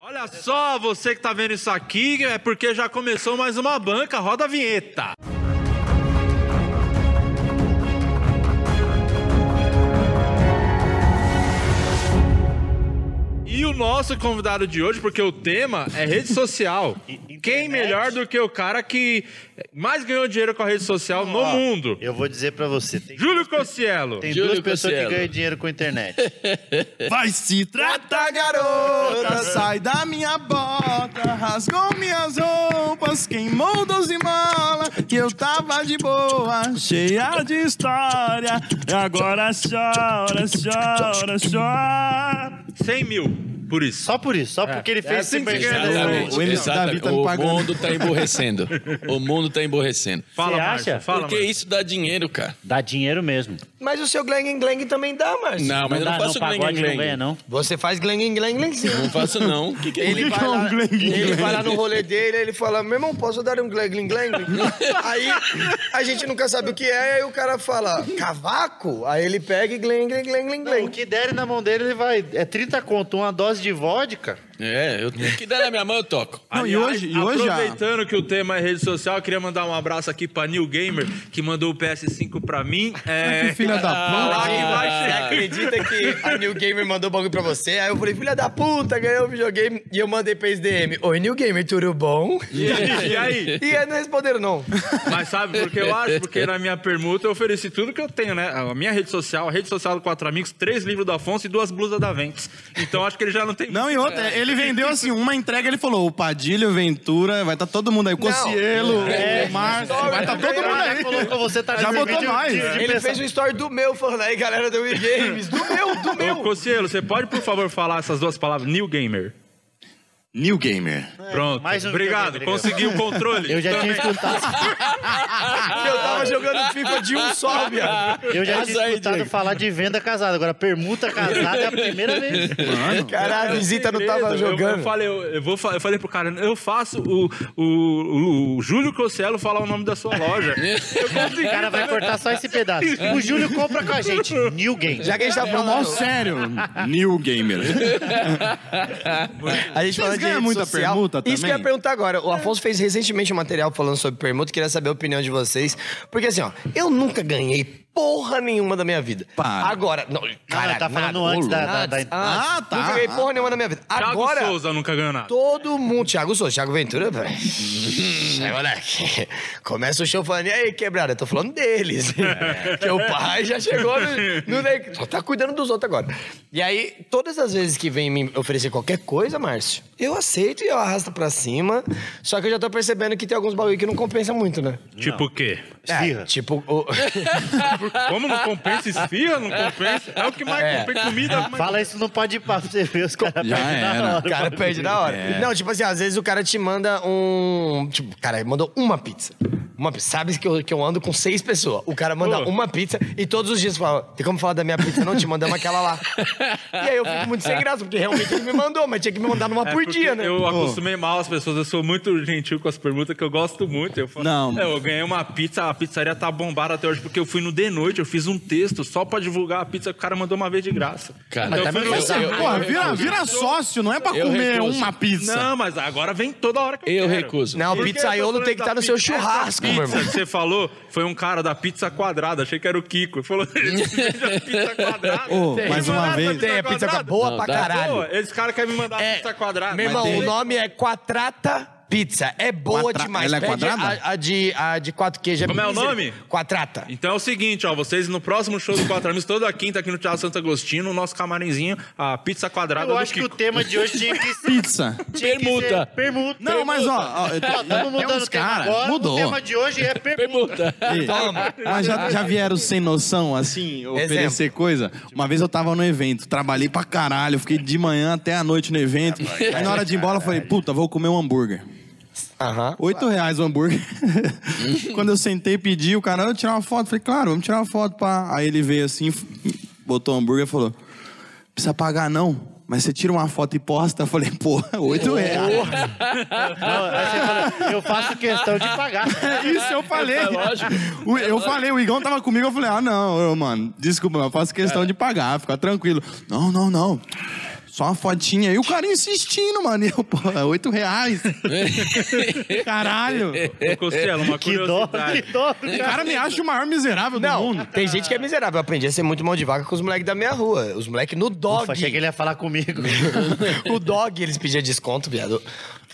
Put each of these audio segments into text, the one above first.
Olha só, você que tá vendo isso aqui, é porque já começou mais uma banca, roda a vinheta. E o nosso convidado de hoje, porque o tema é rede social. Quem internet? melhor do que o cara que mais ganhou dinheiro com a rede social no Ó, mundo? Eu vou dizer pra você. Tem, Júlio Cossielo. tem Júlio duas pessoas Cossielo. que ganham dinheiro com internet. Vai se tratar, garota, sai da minha bota, rasgou minhas roupas, queimou doze malas, que eu tava de boa, cheia de história, e agora chora, chora, chora. 100 mil, por isso. Só por isso, só porque ele fez né? assim esse que você ganha merchan. Exatamente. O MC exatamente. Davi tá me o pagando. mundo tá emborrecendo. O mundo tá emborrecendo. Fala, Você Márcio, acha? Fala, Porque Márcio. isso dá dinheiro, cara. Dá dinheiro mesmo. Mas o seu Gleng Gleng também dá, Márcio. Não, mas eu dá, não faço pagode não glengue-glengue. ganha, não. Você faz Gleng Gleng Gleng sim. Não faço, não. O que, que é Ele vai, lá, gleng, gleng, ele gleng. vai lá no rolê dele, ele fala, meu irmão, posso dar um gleng, gleng, gleng? aí a gente nunca sabe o que é, aí o cara fala, cavaco? Aí ele pega e gleng, gleng, gleng, gleng, Não, o gleng. que derem na mão dele, ele vai. É 30 conto, uma dose de vodka. É, eu, o que der na minha mão eu toco. Não, e Aliás, hoje- e hoje a- aproveitando que o tema é rede social, eu queria mandar um abraço aqui pra New Gamer, que mandou o PS5 pra mim. É... Que filha da Lá puta. que vai é. Ah. chegar. Acredita que a New Gamer mandou o bagulho pra você? Aí eu falei, filha da puta, ganhei um videogame. E eu mandei pra eles DM, oi New Gamer, tudo bom? E aí? E aí não responderam não. Mas sabe por que eu acho? Porque na minha permuta eu ofereci tudo que eu tenho, né? A minha rede social, a rede social do Quatro Amigos, três livros do Afonso e duas blusas da Ventes. Então acho que ele já não tem. Não, e outra, ele vendeu assim, uma entrega, ele falou, o Padilho, o Ventura, vai estar todo mundo aí, o Cocielo, o Márcio, É. vai estar todo mundo Já aí. colocou você, tá Já de- botou de- mais. de- de Ele pessoa. fez um story do meu, falando, aí galera do Wii Games, do meu, do Ô, meu. Cossielo, você pode, por favor, falar essas duas palavras? New Gamer. New Gamer. Pronto. mais um Obrigado, videogame, obrigado. conseguiu o controle. Eu já tinha escutado, Eu tava jogando FIFA de um só, viado. eu já Essa tinha aí, escutado Diego. falar de venda casada. Agora, permuta casada é a primeira vez. Caralho, a visita não tava Eu- Eu, jogando. falei, eu, eu vou, fa- eu falei pro cara, eu faço o, o, o, o Júlio Cossielo falar o nome da sua loja. eu consegui. O cara vai cortar só esse pedaço. O Júlio compra com a gente. New Game. Já que a gente tá É o mal falando, sério, New Gamer. a gente fala de ganham rede muita social. permuta Isso que também? é eu ia perguntar agora. O Afonso fez recentemente um material falando sobre permuta, queria saber a opinião de vocês. Porque assim, ó, eu nunca ganhei porra nenhuma da minha vida. Para. Agora, não, cara, tá falando nada. antes da- da- da- Antes, Ah, antes. tá. Nunca ganhei porra nenhuma da minha vida. Thiago Agora, Souza nunca ganhou nada. Todo mundo. Thiago Souza, Thiago Ventura, velho. Aí, moleque. Começa o show falando, e aí, quebrada? Eu tô falando deles. Teu pai já chegou no, no ne- Só tá cuidando dos outros agora. E aí, todas as vezes que vem me oferecer qualquer coisa, Márcio, eu aceito e eu arrasto pra cima. Só que eu já tô percebendo que tem alguns bagulho que não compensa muito, né? Tipo o quê? Esfirra. É, tipo, o- Como não compensa esfirra, não compensa. É o que mais É. compensa comida. Mas... Fala isso não pode pra você ver os caras Já perdem na era. hora. o cara perde na hora. É. Não, tipo assim, às vezes o cara te manda um. Tipo, o cara mandou uma pizza. Uma pizza. Sabe que eu, que eu ando com seis pessoas. O cara manda Pô. uma pizza e todos os dias fala: tem como falar da minha pizza? Não, te mandamos aquela lá. e aí eu fico muito sem graça, porque realmente ele me mandou, mas tinha que me mandar numa É por porque dia, né? Eu acostumei mal as pessoas, eu sou muito gentil com as permutas que eu gosto muito. Eu falo, Não. "É, eu ganhei uma pizza, a pizzaria tá bombada até hoje, porque eu fui no de noite, eu fiz um texto só pra divulgar a pizza que o cara mandou uma vez de graça. Cara, Então mas tá eu fui também no- eu- eu- Porra, vira, vira sócio, não é pra Eu comer recuso. uma pizza. Não, mas agora vem toda hora que eu, Eu quero. recuso. Não, o Por que eu tô pizzaiolo falando tem que da estar no seu pizza? Essa churrasco, meu pizza irmão. que você falou foi um cara da pizza quadrada. Achei que era o Kiko. Ele falou, ele vende a pizza quizza Ô, mais uma vez. Tem, a pizza que é boa pra caralho. Pô, esse cara quer me mandar pizza quadrada. Meu irmão, o nome é Quatrata Pizza. É boa Quatra- demais. Ela é Pede quadrada? A, a de, a de quatro queijos. Como é o mísera. nome? Quatrata. Então é o seguinte, ó, vocês no próximo show do Quatro Amigos, toda quinta aqui no Teatro Santo Agostinho, no nosso camarinzinho, a pizza quadrada Eu do acho que o Kiko. tema de hoje tinha que ser. Pizza. tinha que Permuta. ser Permuta. tá Não, mas ó, ó eu tô- Estamos tem mudando uns o tema caras, agora. O mudou. tema de hoje é permuta. Pergunta. Ei, Mas já, já vieram sem noção, assim, oferecer coisa? Uma vez eu tava no evento, trabalhei pra caralho, fiquei de manhã até a noite no evento. Aí na hora de ir embora eu falei, puta, vou comer um hambúrguer. Aham. Oito reais o hambúrguer. Quando eu sentei e pedi, o cara, eu tirar uma foto. Falei, claro, vamos tirar uma foto. Pá. Aí ele veio assim, f- botou o hambúrguer e falou, precisa pagar não. Mas você tira uma foto e posta. Eu falei, pô, oito reais. Não, aí você fala, eu faço questão de pagar. Isso eu falei. É lógico. O- eu falei, o Igão tava comigo, eu É. falei, ah, não, eu, mano, desculpa, mas eu faço questão de pagar, fica tranquilo. Não, não, não. Só uma fotinha. E o cara insistindo, mano. E eu, pô, é oito reais. Caralho. Ô, Costello, uma Que dó, que curiosidade. dó. O cara. cara me acha o maior miserável do Não, mundo. tem gente que é miserável. Eu aprendi a ser muito mão de vaca com os moleques da minha rua. Os moleques no dog. Ufa, achei que ele ia falar comigo. o dog, eles pediam desconto, viado.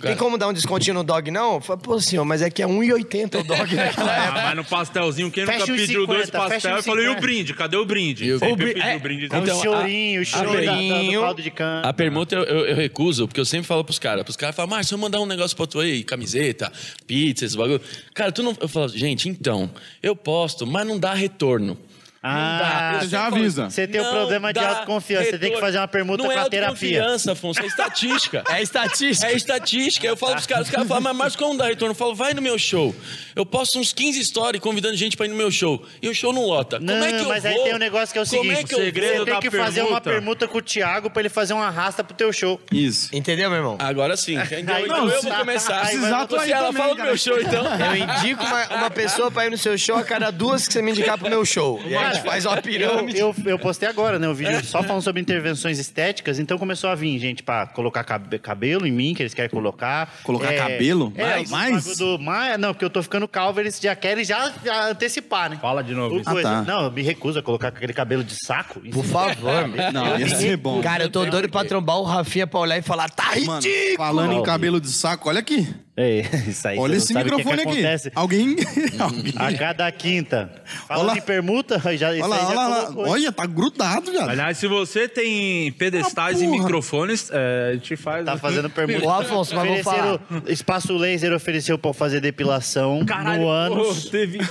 Tem como dar um descontinho no dog, não? Eu falei, pô, senhor, mas é que é 1,80 o dog. né? Ah, mas no pastelzinho, quem Fecha nunca uns pediu 50, dois pastel fecha e uns falou, e o 50? brinde? Cadê o brinde? E o Sempre brinde- pediu é, o brinde. É um Então, a- chorinho, o choro da- da- do chorinho- caldo de cana. A pergunta eu, eu- eu recuso, porque eu sempre falo pros caras. Pros caras falam, Márcio, eu mandar um negócio pra tu aí, camiseta, pizza, esse bagulho. Cara, tu não. Eu falo, gente, então, eu posto, mas não dá retorno. não dá. Ah, Eu você sempre já falo, avisa. Você tem um "Não problema de dá autoconfiança, você tem que retorno." fazer uma permuta não com é a terapia. autoconfiança, Afonso, é estatística. É estatística. É estatística. Eu falo pros caras, os caras falam, mas Márcio, como não dá retorno? Eu falo, vai no meu show. Eu posto uns 15 stories convidando gente pra ir no meu show. E o show não lota. Não, como é que eu mas vou? aí tem um negócio que é o Como seguinte: é que eu você vou? tem que Da fazer uma permuta. permuta com o Thiago pra ele fazer uma arrasta pro teu show. Isso. Entendeu, meu irmão? Agora sim, entendeu? Aí então não, eu se- vou começar. aí Se vai ela voltar aí também, fala pro cara. meu show, então. Eu indico uma, uma pessoa pra ir no seu show a cada duas que você me indicar pro meu show. E aí a gente faz uma Eu, pirâmide. eu, eu postei agora, né? O vídeo só falando sobre intervenções estéticas, então começou a vir gente pra colocar cabe- cabelo em mim, que eles querem colocar. Colocar cabelo? É, Mais? o Mais? bagulho Do, mais? Não, porque eu tô ficando calvo, eles já querem já já antecipar, né? Fala de novo. O isso. coisa. tá. Não, eu me recuso a colocar com aquele cabelo de saco. Por favor, meu. Não, ia ser bom. Cara, eu tô doido pra trombar o Rafinha pra olhar e falar, tá Mano, ridículo! falando em Ó, cabelo de saco, olha aqui. É, isso aí. Olha você esse não sabe o que microfone que aqui. acontece. Hum. Alguém. Alguém. A cada quinta. Olha Fala lá. de permuta, já, Olha isso lá, aí já olha lá. colocou, hein? Olha, tá grudado, viado. Aliás, se você tem pedestais Ah, e porra. microfones, é, a gente faz... Tá fazendo permuta. Ô, Afonso, mas vou Ofereceram- Espaço Laser ofereceu pra eu fazer depilação no ânus. pô, teve um,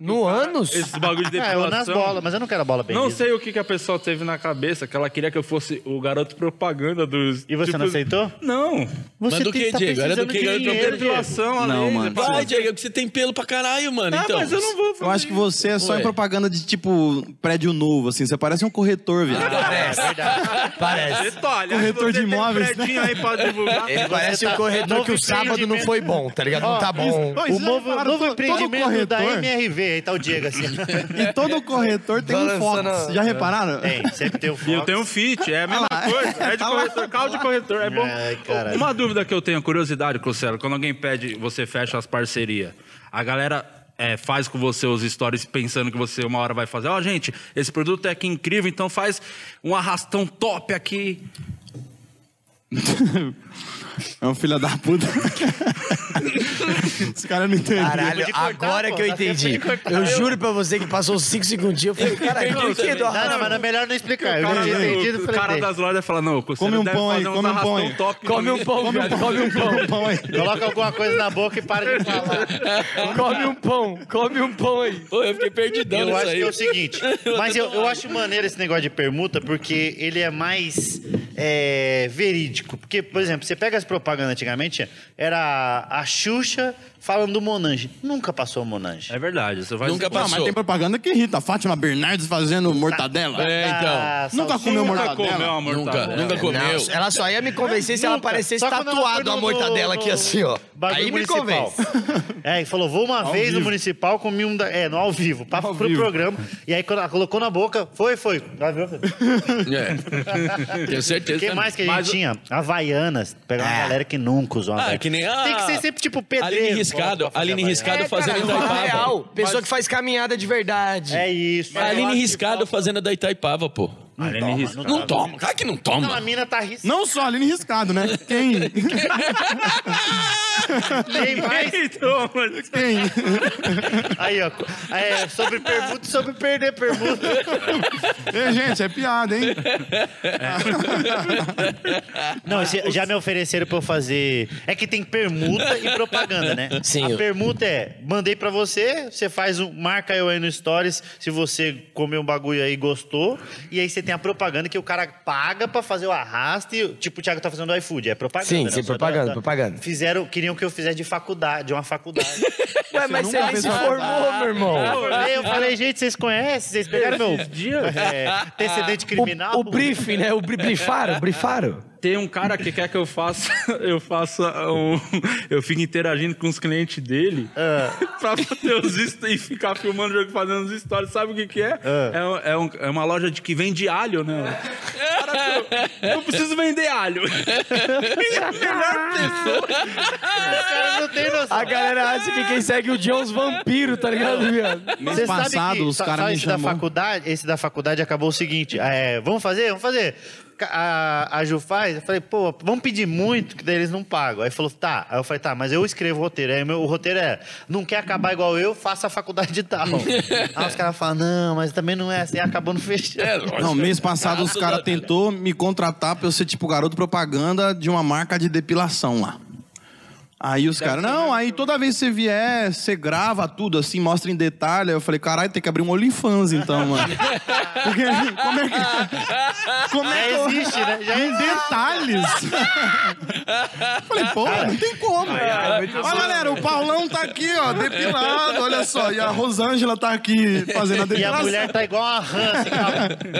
No ânus? esse bagulho de Ah, depilação. eu nas bolas, mas eu não quero a bola bem. Não sei o que, que a pessoa teve na cabeça, que ela queria que eu fosse o garoto propaganda dos... tipo, E você não aceitou? Não. Você Mas do tem- que, Diego? Era precisando do que, de era do dinheiro, cabelo de Diego. Depilação, a Não, laser, mano. pô. Vai, Diego, é que você tem pelo pra caralho, mano. Ah, então. mas eu não vou fazer Eu acho que você é só Ué. em propaganda de tipo prédio novo, assim. Você parece um corretor, viado. É Parece. Parece. Detalhe, Corretor aí você de imóveis, Tem um prédio aí pra divulgar. Ele parece o tá- corretor novo que o sábado não empreendimento. foi bom, tá ligado? Não tá bom. Ó, O isso já novo, repara, novo todo- todo empreendimento da corretor- MRV, aí tá o Diego assim. E todo corretor tem um Balançando Fox. Tá a- É. Já repararam? Tem, sempre tem o Fox. E eu tenho um fit, é a mesma Ah lá. coisa. É de Ah lá. corretor, carro de corretor. É bom. Ai, caralho. Uma dúvida que eu tenho, curiosidade, Crucelo, quando alguém pede, você fecha as parcerias, a galera. é, faz com você os stories pensando que você uma hora vai fazer. Ó, gente, esse produto é aqui incrível, então faz um arrastão top aqui. É um filho da puta. Os caras não entenderam. Caralho, de cortar, agora pô, que eu dá tempo de entendi. cortar. Eu juro pra você que passou uns 5 segundos eu falei, cara, entendi por que também. do Não, não, arrasto? mas é melhor não explicar. Eu já tinha entendido, o, falei, cara "Bem, das lojas fala: não, o Crucelo Come um deve pão aí, fazer uns come um pão arrastão aí. top. Come um pão, Come um pão, come um pão, come um pão aí. Coloca alguma coisa na boca e para de falar. come um pão, come um pão aí. Pô, eu fiquei perdidão Eu nisso acho aí. que é o seguinte, mas eu, eu acho é maneiro esse negócio de permuta porque ele é mais é, verídico. Porque, por exemplo, você pega as propagandas antigamente, era a Xuxa falando do Monange. Nunca passou o Monange. É verdade, você vai Nunca Pô, Não, mas tem propaganda que irrita. A Fátima Bernardes fazendo mortadela. É, então. Ah, Nunca salsicha. comeu Nunca mortadela. comeu uma Nunca, mortadela. nunca comeu. É, Não, ela só ia me convencer se ela Nunca. aparecesse Só quando ela foi tatuado no- a mortadela no- aqui no- assim, ó. bagulho Aí me municipal. convence. É, e falou, vou uma Ao vez no vivo. municipal, comi um... Da... É, no ao vivo, pra, Ao pro vivo. programa. E aí, quando ela colocou na boca, foi, foi. É. Tenho certeza. O que também. mais que a gente Mas o- tinha? Havaianas. Pegar uma Ah. galera que nunca usou Ah, Havaianas. que nem a- Tem que ser sempre tipo pedreiro. Aline pra Riscado, fazer Aline Havaiana. Riscado fazendo Cara, na Itaipava. real, pessoa que faz caminhada de verdade. É isso. A Tá Aline acho que Riscado fazendo da Itaipava, pô. Aline toma, Riscado. Não toma, claro que não Tá. Não, a toma. mina tá riscando. Não só Aline Riscado, né? Quem? Tem mais. Então, mano, Quem? Aí, ó. É, sobre permuta e sobre perder permuta. Ei, gente, é piada, hein? Ah, Não, esse- já me ofereceram pra eu fazer. É que tem permuta e propaganda, né? Sim. A permuta é: mandei pra você, você faz um. Marca eu aí no Stories se você comeu um bagulho aí e gostou. E aí você tem a propaganda que o cara paga pra fazer o arrasto. e, tipo, o Thiago tá fazendo do iFood. É propaganda. Sim, né? sim, Só da- propaganda, da- propaganda. Fizeram, queriam que eu fizesse de faculdade, de uma faculdade. Ué, mas Você você nunca nem fez se nada. formou, meu irmão. eu, falei, eu falei, gente, vocês conhecem? Vocês pegaram meu. dias. É, antecedente criminal? O, o briefing, né? O bri- brifaram, brifaram. Tem um cara que quer que eu faça, eu faça um, eu fico interagindo com os clientes dele É. pra fazer os hist- e ficar filmando é o jogo, fazendo os stories. Sabe o que que é? É, um- é um- é uma loja de que vende alho, né? cara que eu, eu preciso vender alho. cara não tem noção. A galera acha que quem segue o John é os vampiros, tá ligado, viado? Mês Você sabe passado, que- os sa- caras sabe me esse da chamou. faculdade, esse da faculdade acabou o seguinte, é, vamos fazer, vamos fazer. Ca- A, a Ju faz, eu falei, pô, vamos pedir muito, que daí eles não pagam. Aí falou, tá. Aí eu falei, tá, mas eu escrevo o roteiro. Aí meu, o roteiro é, não quer acabar igual eu, faça a faculdade de tal. Aí os caras falam, não, mas também não é assim, acabou não fechando. Não, mês passado os caras tentou. tentou me contratar pra eu ser tipo garoto propaganda de uma marca de depilação lá. Aí os caras, não, aí toda vez que você vier, você grava tudo assim, mostra em detalhe. Aí eu falei, caralho, tem que abrir um OnlyFans então, mano. Porque como é que. Como é que Já eu- existe, né? Já Em detalhes. falei, pô, não tem como. é Olha, galera, o Paulão tá aqui, ó, depilado, olha só. E a Rosângela tá aqui fazendo a E a depilação. mulher tá igual uma rã, assim, com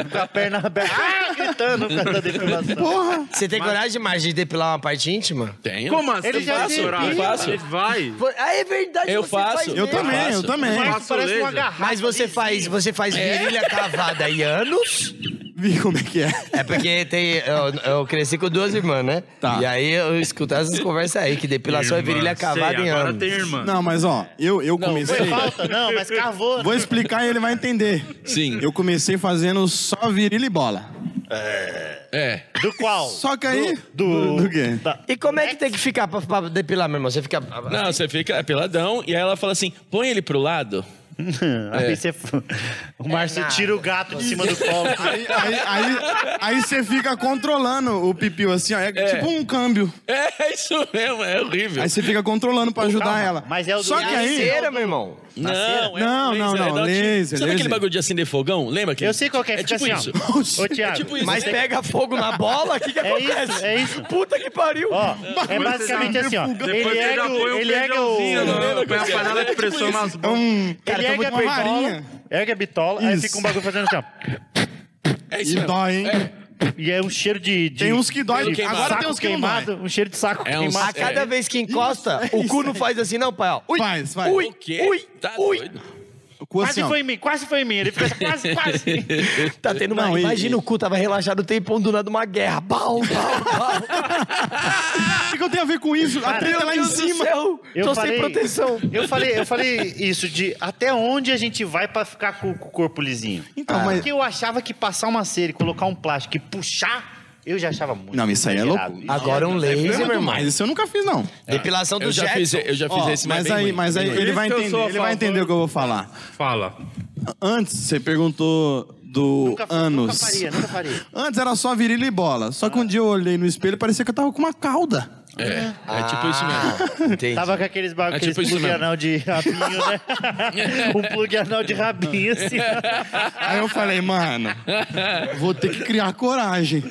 a, com a perna aberta, ah, gritando por causa da depilação. Porra. Você tem coragem demais de depilar uma parte íntima? Tenho. Como assim? Ele já Faço, depila. Ele Faço. vai. Ah, é verdade. Eu você faço. faz Eu é mesmo. também, eu faço. também. Eu faço Parece uma laser. garrafa. Mas você faz, você faz virilha cavada aí anos? Vi como é que é. É porque tem, eu, eu cresci com duas irmãs, né? Tá. E aí eu escutava essas conversas aí, que depilação é virilha Irmã, cavada sei, em agora anos. tem irmã. Não, mas ó, eu, eu Foi comecei. falta, não, mas cavou. né? Vou explicar e ele vai entender. Sim. Eu comecei fazendo só virilha e bola. É. Do qual? Só que aí. do- Do, quê? Da- E como é que tem que ficar pra, pra depilar, meu irmão? Você fica. Não, você fica é peladão e aí ela fala assim: põe ele pro lado. É. Aí você... O Márcio nada. tira o gato de cima do colo. Aí, aí, aí, aí você fica controlando o pipiu assim, ó. É, tipo um câmbio. É, é isso mesmo, é horrível. Aí você fica controlando pra ajudar Calma, ela. mas é o do Só que aí. Cera, meu irmão. Não, é Não, laser, não, é não, da- laser, Sabe laser. aquele bagulho de acender fogão? Lembra? que- Eu sei qual que é, É fica tipo assim, isso. ó. Ô, Thiago, tipo isso. Mas pega fogo na bola, o que, que É acontece? isso, é assim. isso. Puta que pariu! Ó, é basicamente assim, ó. Ele você ergue já o... põe um Ele é ergue o... feijãozinho, né? Põe a Tipo panela de pressão nas É bolas. um. Ele tá ergue a muito uma bitola, varinha. ergue a bitola, aí Isso. fica um bagulho fazendo assim, ó. É E isso mesmo. dói, hein? E é um cheiro de... de- Tem uns que dói. de Agora saco tem uns que não dói. queimado, Um cheiro de saco É um A queimado. saco- cada É. vez que encosta, o cu não faz assim, não, pai. Ó. Ui, Faz, faz. Ui, O quê? ui, tá ui. doido? O cu Quase assim, ó. foi em mim, quase foi em mim. Ele fica assim, quase, quase. Tá tendo uma. Não, e- Imagina o cu, tava relaxado o tempão do nada uma guerra. Bau, bau, bau. O que que eu tenho a ver com isso? A treta lá em cima. Eu tô falei- sem proteção. Eu falei, eu falei isso de até onde a gente vai pra ficar com, com o corpo lisinho. Então, Ah. mas- Porque eu achava que passar uma cera e colocar um plástico e puxar, eu já achava muito. Não, isso aí é exagerado. loucura. Agora um laser, meu Mas irmão. isso eu nunca fiz, não. um Depilação do É. eu já Jackson. fiz, Eu já fiz Ó, esse mas bem aí, ruim, mas bem aí ruim. ele Por vai isso que eu entender, sou a ele vai favor. entender o que eu vou falar. Fala. Antes, você perguntou do Nunca, anos. nunca faria, né? nunca faria. Antes era só virilha e bola. Só que um dia eu olhei no espelho e parecia que eu tava com uma cauda. É, é tipo isso mesmo. Ah, Entendi. Tava com aqueles bagulhos, É tipo aqueles isso plug mesmo. anal de rabinho, né? um plug anal de rabinho, assim. Aí eu falei, mano, vou ter que criar coragem.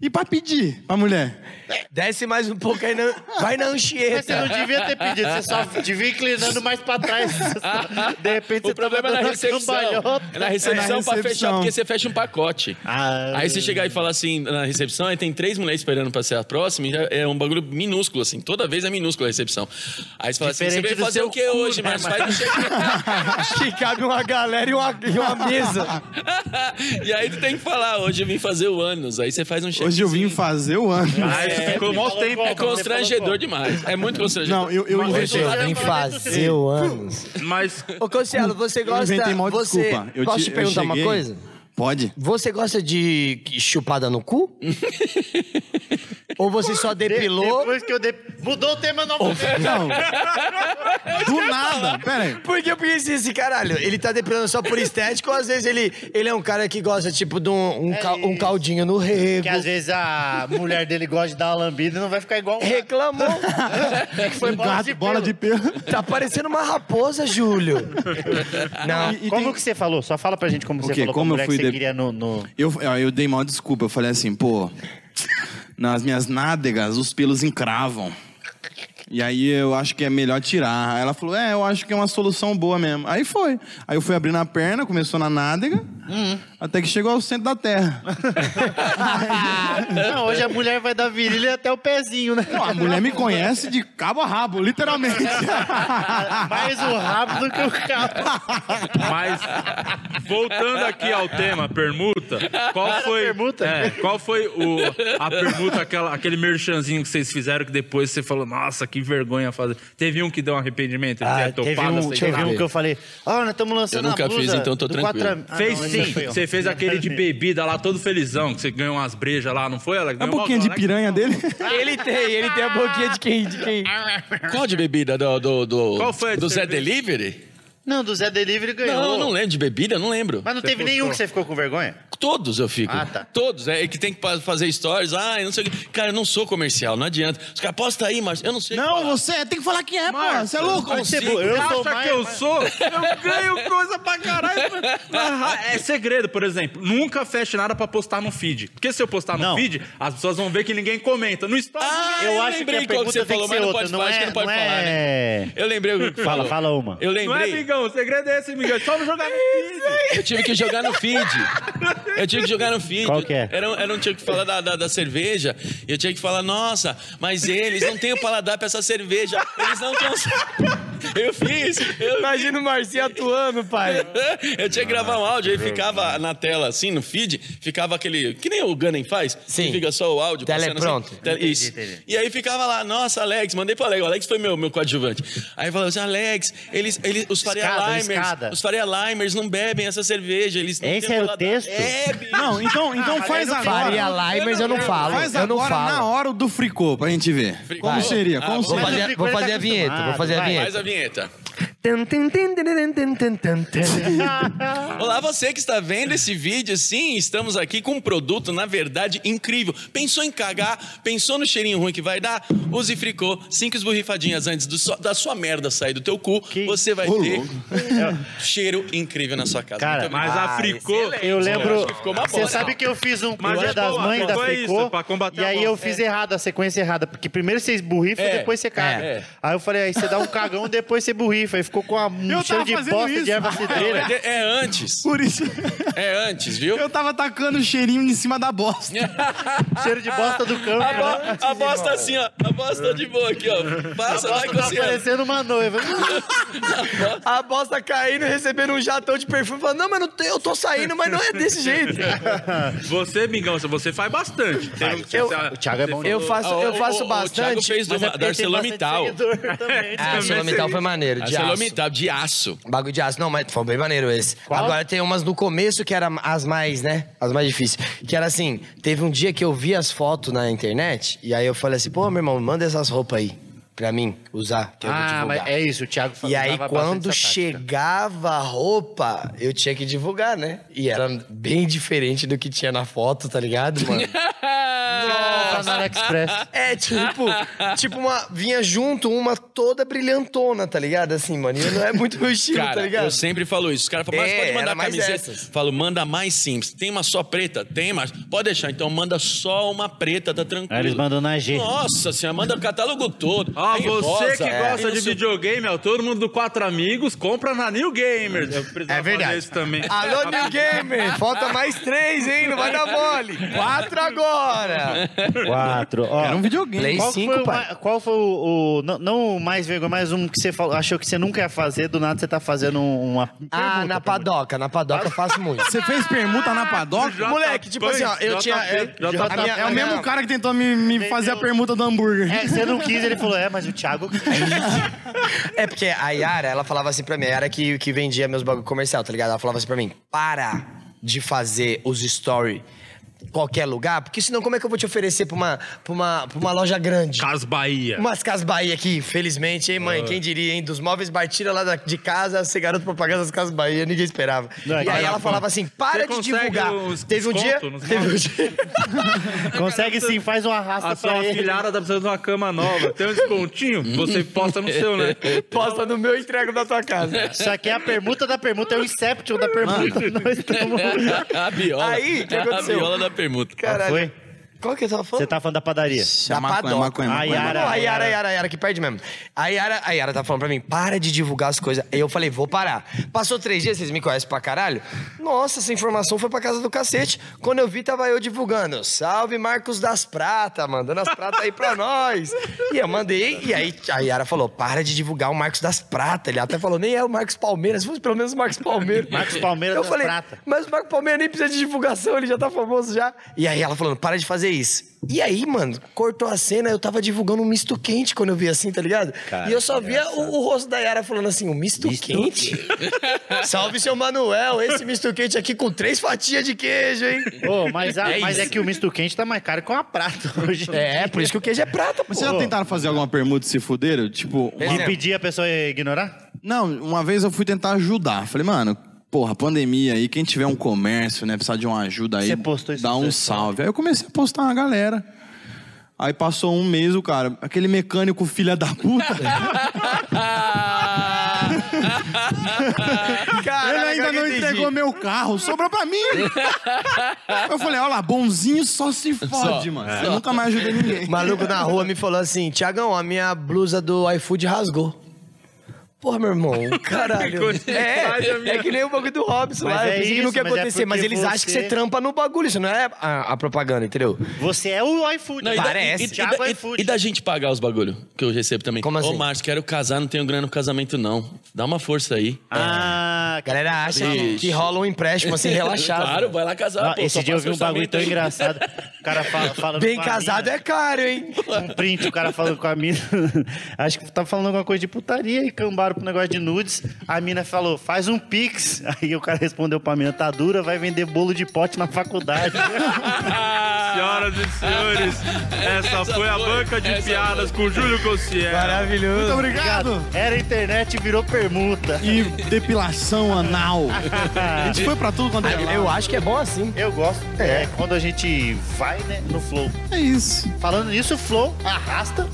E pra pedir pra mulher? Desce mais um pouco aí, na... vai na Mas você Anchieta. não devia ter pedido, você só devia inclinando mais pra trás. De repente O você problema é tava na dando um recepção. cambalhota. É na recepção É na pra recepção. fechar, porque você fecha um pacote. Ah. Aí você chegar e falar assim na recepção, aí tem três mulheres esperando pra ser a próxima, e já é um bagulho minúsculo, assim. Toda vez é minúsculo a recepção. Aí você fala assim: você Diferente veio do fazer seu o que cu, hoje, né, mas mano? faz um não chega. que cabe uma galera e uma, e uma mesa. E aí tu tem que falar: hoje eu vim fazer o ânus. Aí você faz um check. Hoje eu vim fazer o ano. É, Ah, isso ficou mó tempo. É constrangedor demais. É muito constrangedor. Não, eu, eu inventei. Você vem fazer o ânus. Mas Ô, Concielo, você Eu gosta... inventei mal, você... desculpa. Eu Posso te- te eu perguntar uma cheguei- coisa? Pode. Você gosta de chupada no cu? Ou você só depilou? Depois que eu de... Mudou o tema novamente. Não. Do nada. Pera aí. Porque eu pensei assim, caralho, ele tá depilando só por estético ou às vezes ele, ele é um cara que gosta, tipo, de um, É um, cal- um caldinho no rego? Que às vezes a mulher dele gosta de dar uma lambida e não vai ficar igual É, um gato Reclamou. que foi Um gato, bola de pelo. tá parecendo uma raposa, Júlio. Não. E- e Como tem- que você falou? Só fala pra gente como você Ok, falou como com eu a mulher fui que você de- queria no... no... Eu, ah, eu dei mal desculpa, eu falei assim, pô, nas minhas nádegas os pelos encravam. E aí eu acho que é melhor tirar. Aí ela falou, é, eu acho que é uma solução boa mesmo. Aí foi. Aí eu fui abrindo a perna, começou na nádega, até que chegou ao centro da terra. Não, hoje a mulher vai da virilha até o pezinho, né? Não, a mulher me conhece de cabo a rabo, literalmente. Mais o rabo do que o cabo. Mas, voltando aqui ao tema, permuta, qual foi. permuta? É, qual foi o, a permuta, aquela, aquele merchanzinho que vocês fizeram que depois você falou, nossa, que vergonha fazer. Teve um que deu um arrependimento, ele Ah, é teve topado, um, sei teve lá. um que eu falei, ó, nós estamos lançando Eu nunca a blusa fiz, então tô do quatro tranquilo. am- Ah, Fez não, esse sim, foi um eu. você fez aquele de bebida lá, todo felizão, que você ganhou umas brejas lá, não foi, Alex? É um Ganhou pouquinho uma- de piranha dele. Ele tem, ele tem a boquinha de quem? De quem? Qual de bebida? Do, do, do, Qual foi a de do Zé cerveja? Delivery? Não, do Zé Delivery ganhou. Não, não lembro. De bebida, não lembro. Mas não Você teve nenhum postou. que você ficou com vergonha? Todos eu fico. Ah, tá. Todos. É que tem que pa- fazer stories. Ai, não sei o que. Cara, eu não sou comercial, não adianta. Os caras, posta aí, mas eu não sei. Não, você tem que falar quem é, pô. Você é louco? Não Você, consigo. eu Você sou acha mais, que eu mas- sou? Eu ganho coisa pra caralho. É segredo, por exemplo. Nunca feche nada pra postar no feed. Porque se eu postar no Não. feed, as pessoas vão ver que ninguém comenta. No story, Ah, ninguém- eu Eu acho que lembrei a qual que você pergunta tem que falou, mas ser não outra, pode não falar, acho que é? não pode Não falar, é... Eu lembrei o que Fala, falou. fala uma. Eu não é, lembrei. amigão? O segredo é esse, amigão. É só não jogar no feed. Eu tive que jogar no feed. Eu tive que jogar no feed. Qual que é? Eu não, eu não um, tinha que falar da, da, da cerveja. Eu tinha que falar, nossa, mas eles não têm o paladar pra essa cerveja. Eles não conseguem. Eu fiz. Eu, Imagina o Marcinho atuando, pai. eu tinha que gravar um Ah, áudio, aí ficava na tela, assim, no feed, ficava aquele. Que nem o Gunning faz. Sim. que Fica só o áudio. passando Telepronto. Assim, Tele- isso. entendi. E aí ficava lá, nossa, Alex, mandei pro Alex. O Alex foi meu, meu coadjuvante. Aí falava assim, Alex, eles, eles, os Faria Escada, Limers. escada. Os Faria Limers não bebem essa cerveja. Eles não Esse têm é o paladar." texto? É, bicho. Não, então, então faz não agora. Faria live, mas eu não falo. Faz eu não agora falo. na hora o do fricô, pra gente ver. Fricô? Como Vai. seria? Como Ah, Vou Mas o fazer, Fricô vou ele tá fazer a vinheta, vou acostumado, fazer a vai. Faz vinheta. a vinheta. Tum, tum, tum, tum, tum, tum, tum, tum. Olá, você que está vendo esse vídeo, sim, estamos aqui com um produto, na verdade, incrível. Pensou em cagar? Pensou no cheirinho ruim que vai dar? Use Fricô, cinco esborrifadinhas antes do so- da sua merda sair do teu cu, você vai Ô, ter louco. um cheiro incrível na sua casa. Cara, Muito Mas a fricô... Eu lembro. acho que ficou uma Você bola. sabe que eu fiz um pro Mas Dia é das boa, Mães da boa é isso, Fricô. pra combater E a aí bola. eu fiz errado, a sequência errada. Porque primeiro você esburrifa É, e depois você caga. é. Aí eu falei, aí você dá um cagão, depois você burrifa. Aí ficou com a- um Eu cheiro tava de fazendo bosta isso. de erva cidreira. É, é antes, Por isso, é antes, viu? eu tava tacando o cheirinho em cima da bosta. cheiro de bosta do campo. A, né? bo- a bosta assim, ó. A bosta de boa aqui, ó. Passa, vai Tá cozinhando. parecendo uma noiva. A bosta tá caindo, recebendo um jatão de perfume. Falando, não, mas não tem, eu tô saindo, mas não é desse jeito. Você, amigão, você faz bastante. Tem um- Eu- você- o Thiago é bom Eu faço, eu faço O- o- O Thiago bastante. fez do, Mas é porque da ele tem bastante ArcelorMittal. seguidor também. Ah, ArcelorMittal foi maneiro, de aço. Tá ArcelorMittal, de aço. Bagulho de aço. Não, mas foi bem maneiro esse. Agora tem umas no começo que eram as mais, né? As mais difíceis. Que era assim, teve um dia que eu vi as fotos na internet e aí eu falei assim, pô, meu irmão, manda essas roupas aí pra mim usar, que eu vou Ah, divulgar. mas é isso, o Thiago E aí, usava quando bastante essa tática. chegava a roupa, eu tinha que divulgar, né? E era bem diferente do que tinha na foto, tá ligado, mano? Compra na AliExpress. É, tipo, tipo uma. Vinha junto uma toda brilhantona, tá ligado? Assim, mano. E não é muito meu estilo, Cara, tá ligado? eu sempre falo isso. Os caras falam, mas É, pode mandar era mais camiseta. essas. Falo, manda mais simples. Tem uma só preta? Tem, mas pode deixar. Então manda só uma preta, tá tranquilo. Aí eles mandam na G. Nossa senhora, manda o catálogo todo. Ah, Ó, Aí você rosa, que é. gosta Aí de não sei- videogame, ó, todo mundo do Quatro Amigos, compra na New Gamer. Eu precisava É verdade. fazer isso também. Alô, New Gamer! Falta mais três, hein? Não vai dar mole! Quatro agora! Quatro. Ó, Era um videogame. Play Qual, foi, cinco, o pai. ma- qual foi o, o- Não, não o mais vergonha, mas um que você falou- achou que você nunca ia fazer, do nada você tá fazendo um- uma. Ah, pergunta, na pergunta. padoca. Na padoca eu faço muito. Você fez permuta na padoca? Já Moleque, tipo assim, ó, eu JP, tinha- eu- JP. a minha- É o mesmo cara que tentou me, me fazer a permuta do hambúrguer. É, você não quis, ele falou, é, mas o Thiago. É porque a Yara, ela falava assim pra mim, a Yara que, que vendia meus bagulho comercial, tá ligado? Ela falava assim pra mim, para de fazer os story em qualquer lugar, porque senão como é que eu vou te oferecer pra uma, pra uma, pra uma loja grande? Cas Bahia. Umas Casas Bahia aqui, felizmente, hein, mãe? Quem diria, hein? Dos móveis batida lá da- de casa, ser garoto propaganda das Casas Bahia, ninguém esperava. Não, e aí não, ela falava assim, para de consegue divulgar. uns Teve um dia... desconto nos Teve um dia... Consegue sim, faz uma A raça sua pra ele. afilhada tá precisando de uma cama nova. Tem um descontinho? Você posta no seu, né? Posta no meu, entrego da tua casa. Isso aqui é a permuta da permuta, é o Inception da permuta. Nós estamos. A biola. Aí, o que a aconteceu? biola da permuta. Caralho. Ah, Foi? Qual que eu tava falando? Você tá falando da padaria. Da É maconha, padoca. maconha, A maconha. Yara- Não, a Yara, a Yara, a Yara, que perde mesmo. A Yara, a Yara tá falando pra mim, para de divulgar as coisas. Aí eu falei, vou parar. Passou três dias, vocês me conhecem pra caralho? Nossa, essa informação foi pra casa do cacete. Quando eu vi, tava eu divulgando. Salve Marcos das Prata, mandando as pratas aí pra nós. E eu mandei, e aí a Yara falou, para de divulgar o Marcos das Prata. Ele até falou, nem é o Marcos Palmeiras, se fosse pelo menos o Marcos Palmeiras. Marcos Palmeiras eu das falei, Prata. mas o Marco Palmeira nem precisa de divulgação, ele já tá famoso já. E aí ela falando, para de fazer isso. E aí, mano, cortou a cena, eu tava divulgando um misto quente quando eu vi assim, tá ligado? e eu só via o, o rosto da Yara falando assim, um misto, quente? Salve, seu Manuel, esse misto quente aqui com três fatias de queijo, hein? Ô, mas, a- É mas é isso. que o misto quente tá mais caro que uma prata hoje. É, por isso que o queijo é prata, pô. Mas vocês já tentaram fazer alguma permuta e se fuderam? Tipo, uma- Exemplo. E pedir a pessoa ignorar? Não, uma vez eu fui tentar ajudar. Falei, mano, porra, pandemia aí, quem tiver um comércio, né, precisar de uma ajuda aí, Você postou isso dá no um seu salve. Aí eu comecei a postar uma galera. Aí passou um mês o cara, aquele mecânico filha da puta, ele Caralho, ainda agora não eu entendi. entregou meu carro, sobrou pra mim. eu falei, olha lá, bonzinho só se fode, mano. é. Eu nunca mais ajudei ninguém. O maluco na rua me falou assim: Tiagão, a minha blusa do iFood rasgou. Porra, meu irmão, caralho. é, é que nem o bagulho do Robson Mas lá. é eu pensei que não isso, ia mas é acontecer, mas, porque eles acham que você- você trampa no bagulho, isso não é a, a propaganda, entendeu? Você é o iFood. Não, e da- Parece. E, e, Thiago é e da- e- iFood. e da gente pagar os bagulho que eu recebo também. Como Ô, assim? Márcio, quero casar, não tenho grana no casamento, não. Dá uma força aí. Ah, A galera acha que, que rola um empréstimo assim, relaxado. Claro, vai lá casar, Ah, pô. só esse dia eu passa vi um o orçamento bagulho tão aí. engraçado. O cara fala, falando Bem com a casado mina, é caro, hein? Um print, o cara falando com a mina. Acho que tá falando alguma coisa de putaria e cambaram pro negócio de nudes. A mina falou, faz um pix. Aí o cara respondeu pra mina, tá dura, vai vender bolo de pote na faculdade. Tá Senhoras e senhores, essa foi a banca de essa piadas com Júlio Cossier. Maravilhoso. Obrigado. Era internet e virou permuta. E depilação anal. A gente foi pra tudo quanto é lado. Eu acho que é bom assim. Eu gosto. É. quando a gente vai, né, no flow. É isso. Falando nisso, o flow arrasta.